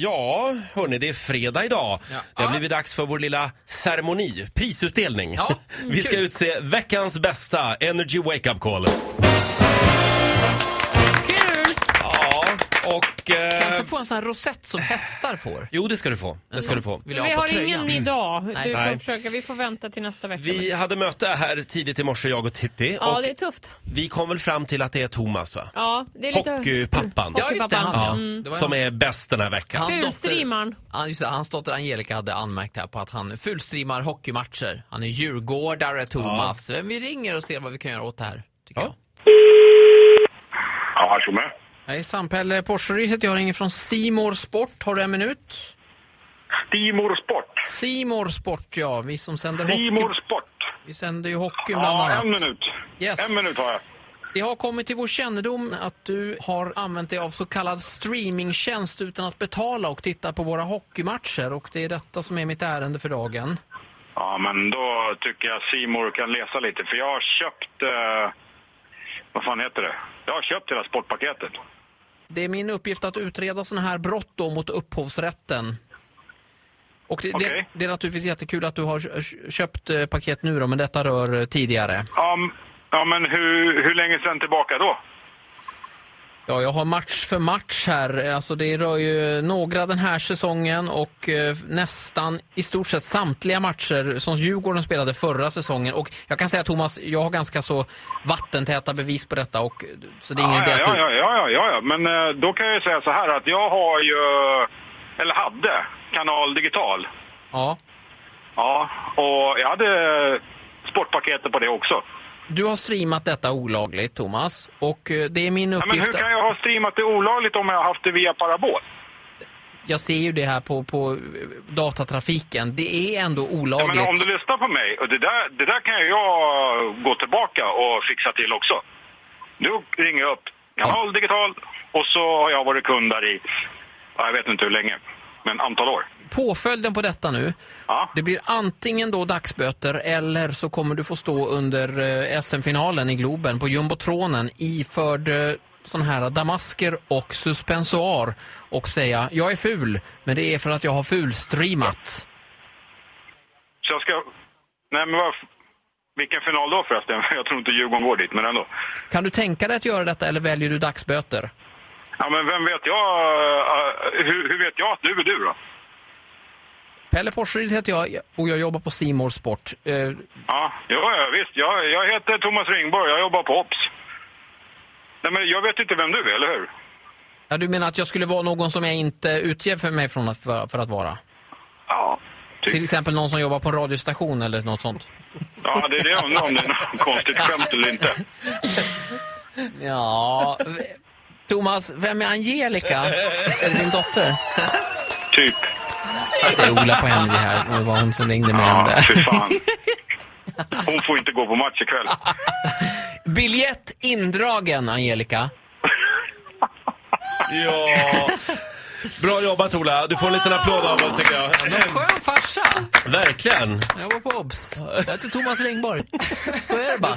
Ja, hörni, det är fredag idag. Ja. Det har Ja. blivit dags för vår lilla ceremoni, prisutdelning. Ja, Vi ska kul. utse veckans bästa Energy Wake Up Call. Kul! Ja, och... Kan jag Eh, inte få en sån här rosett som hästar får? jo, det ska du få. Det ska du få. Vill jag Vi på har tröjan. Mm. ingen idag. Du Nej. får Nej. försöka, vi får vänta till nästa vecka. Vi hade möte här tidigt i morse, jag och Titti. ja, Och det är tufft. vi kom väl fram till att det är Thomas, va? Ja, det är lite... Hockeypappan. Ja, just det. Han, Ja. ja. Det var Som hans- är bäst den här veckan. hans dotter- Fulstrimaren. Ja, just det, hans dotter Angelica hade anmärkt här på att han fulstreamar hockeymatcher. Han är djurgårdare, Thomas. Men vi ringer och ser vad vi kan göra åt det här, tycker Ja. jag. Ja, tjomme. Hejsan, Pelle Porseryd heter jag, ringer från Simor Sport. Har du en minut? Timor Sport. Simor Sport, ja. Vi som sänder Timor hockey. Sport. Vi sänder ju hockey bland Ja, annat. en minut. Yes. En minut har jag. Det har kommit till vår kännedom att du har använt dig av så kallad streamingtjänst utan att betala och titta på våra hockeymatcher och det är detta som är mitt ärende för dagen. Ja, men då tycker jag Simor kan läsa lite, för jag har köpt... Eh, vad fan heter det? Jag har köpt hela sportpaketet. Det är min uppgift att utreda sådana här brott då mot upphovsrätten. Och det, det, Okej. det är naturligtvis jättekul att du har kö- köpt eh, paket nu då, men detta rör eh, tidigare. Ja, m- ja men hur, hur länge sedan tillbaka då? Ja, jag har match för match här. Alltså det rör ju några den här säsongen och eh, nästan i stort sett samtliga matcher som Djurgården spelade förra säsongen. Och jag kan säga Thomas, jag har ganska så vattentäta bevis på detta. Och, så det är ingen Ja, idé ja, att ja, du... ja, ja, ja, ja. Men eh, då kan jag ju säga så här att jag har ju... Eller hade Kanal Digital. Ja. Ja, och jag hade sportpaketet på det också. Du har streamat detta olagligt Thomas. Och eh, det är min Ja, men hur uppgift... kan jag ha streamat det olagligt om jag har haft det via parabol? Jag ser ju det här på, på eh, datatrafiken. Det är ändå Ja, olagligt. men om du lyssnar på mig, och det där, det där kan ju jag gå tillbaka och fixa till också. Du ringer jag upp Kanal Digital och så har jag varit kund där i, ja, jag vet inte hur länge, men antal år. Påföljden på detta nu, Ja. Det blir antingen då dagsböter eller så kommer du få stå under eh, SM-finalen i Globen på jumbotronen iförd eh, sån här damasker och suspensoar och säga jag är ful, men det är för att jag har fulstreamat. Så jag ska, nej men vad, vilken final då förresten? Jag tror inte Djurgården går dit, men ändå. Kan du tänka dig att göra detta eller väljer du dagsböter? Ja, men vem vet jag, eh, hur, hur vet jag att du är du då? Pelle Porseryd heter jag och jag jobbar på Simor Sport. Eh, Ja, ja, ja visst. Jag, jag heter Thomas Ringborg, jag jobbar på OPS. Nej, men jag vet inte vem du är, eller hur? Ja, du menar att jag skulle vara någon som jag inte utger för mig från att, för, för att vara? Ja. Till exempel någon som jobbar på en radiostation eller något sånt? Ja, det är det jag undrar om det är något konstigt skämt eller inte. Ja, v- Thomas, vem är Angelica? Är det din dotter? Typ. Det är Ola på Henry här. Det var hon som ringde med henne Ja, fy där. fan. Hon får inte gå på match ikväll. Biljett indragen, Angelica. Ja. Bra jobbat Ola. Du får en liten applåd av oss tycker jag. Skön farsa! Verkligen. Jag var på OBS. Jag heter Thomas Ringborg. Så är det bara.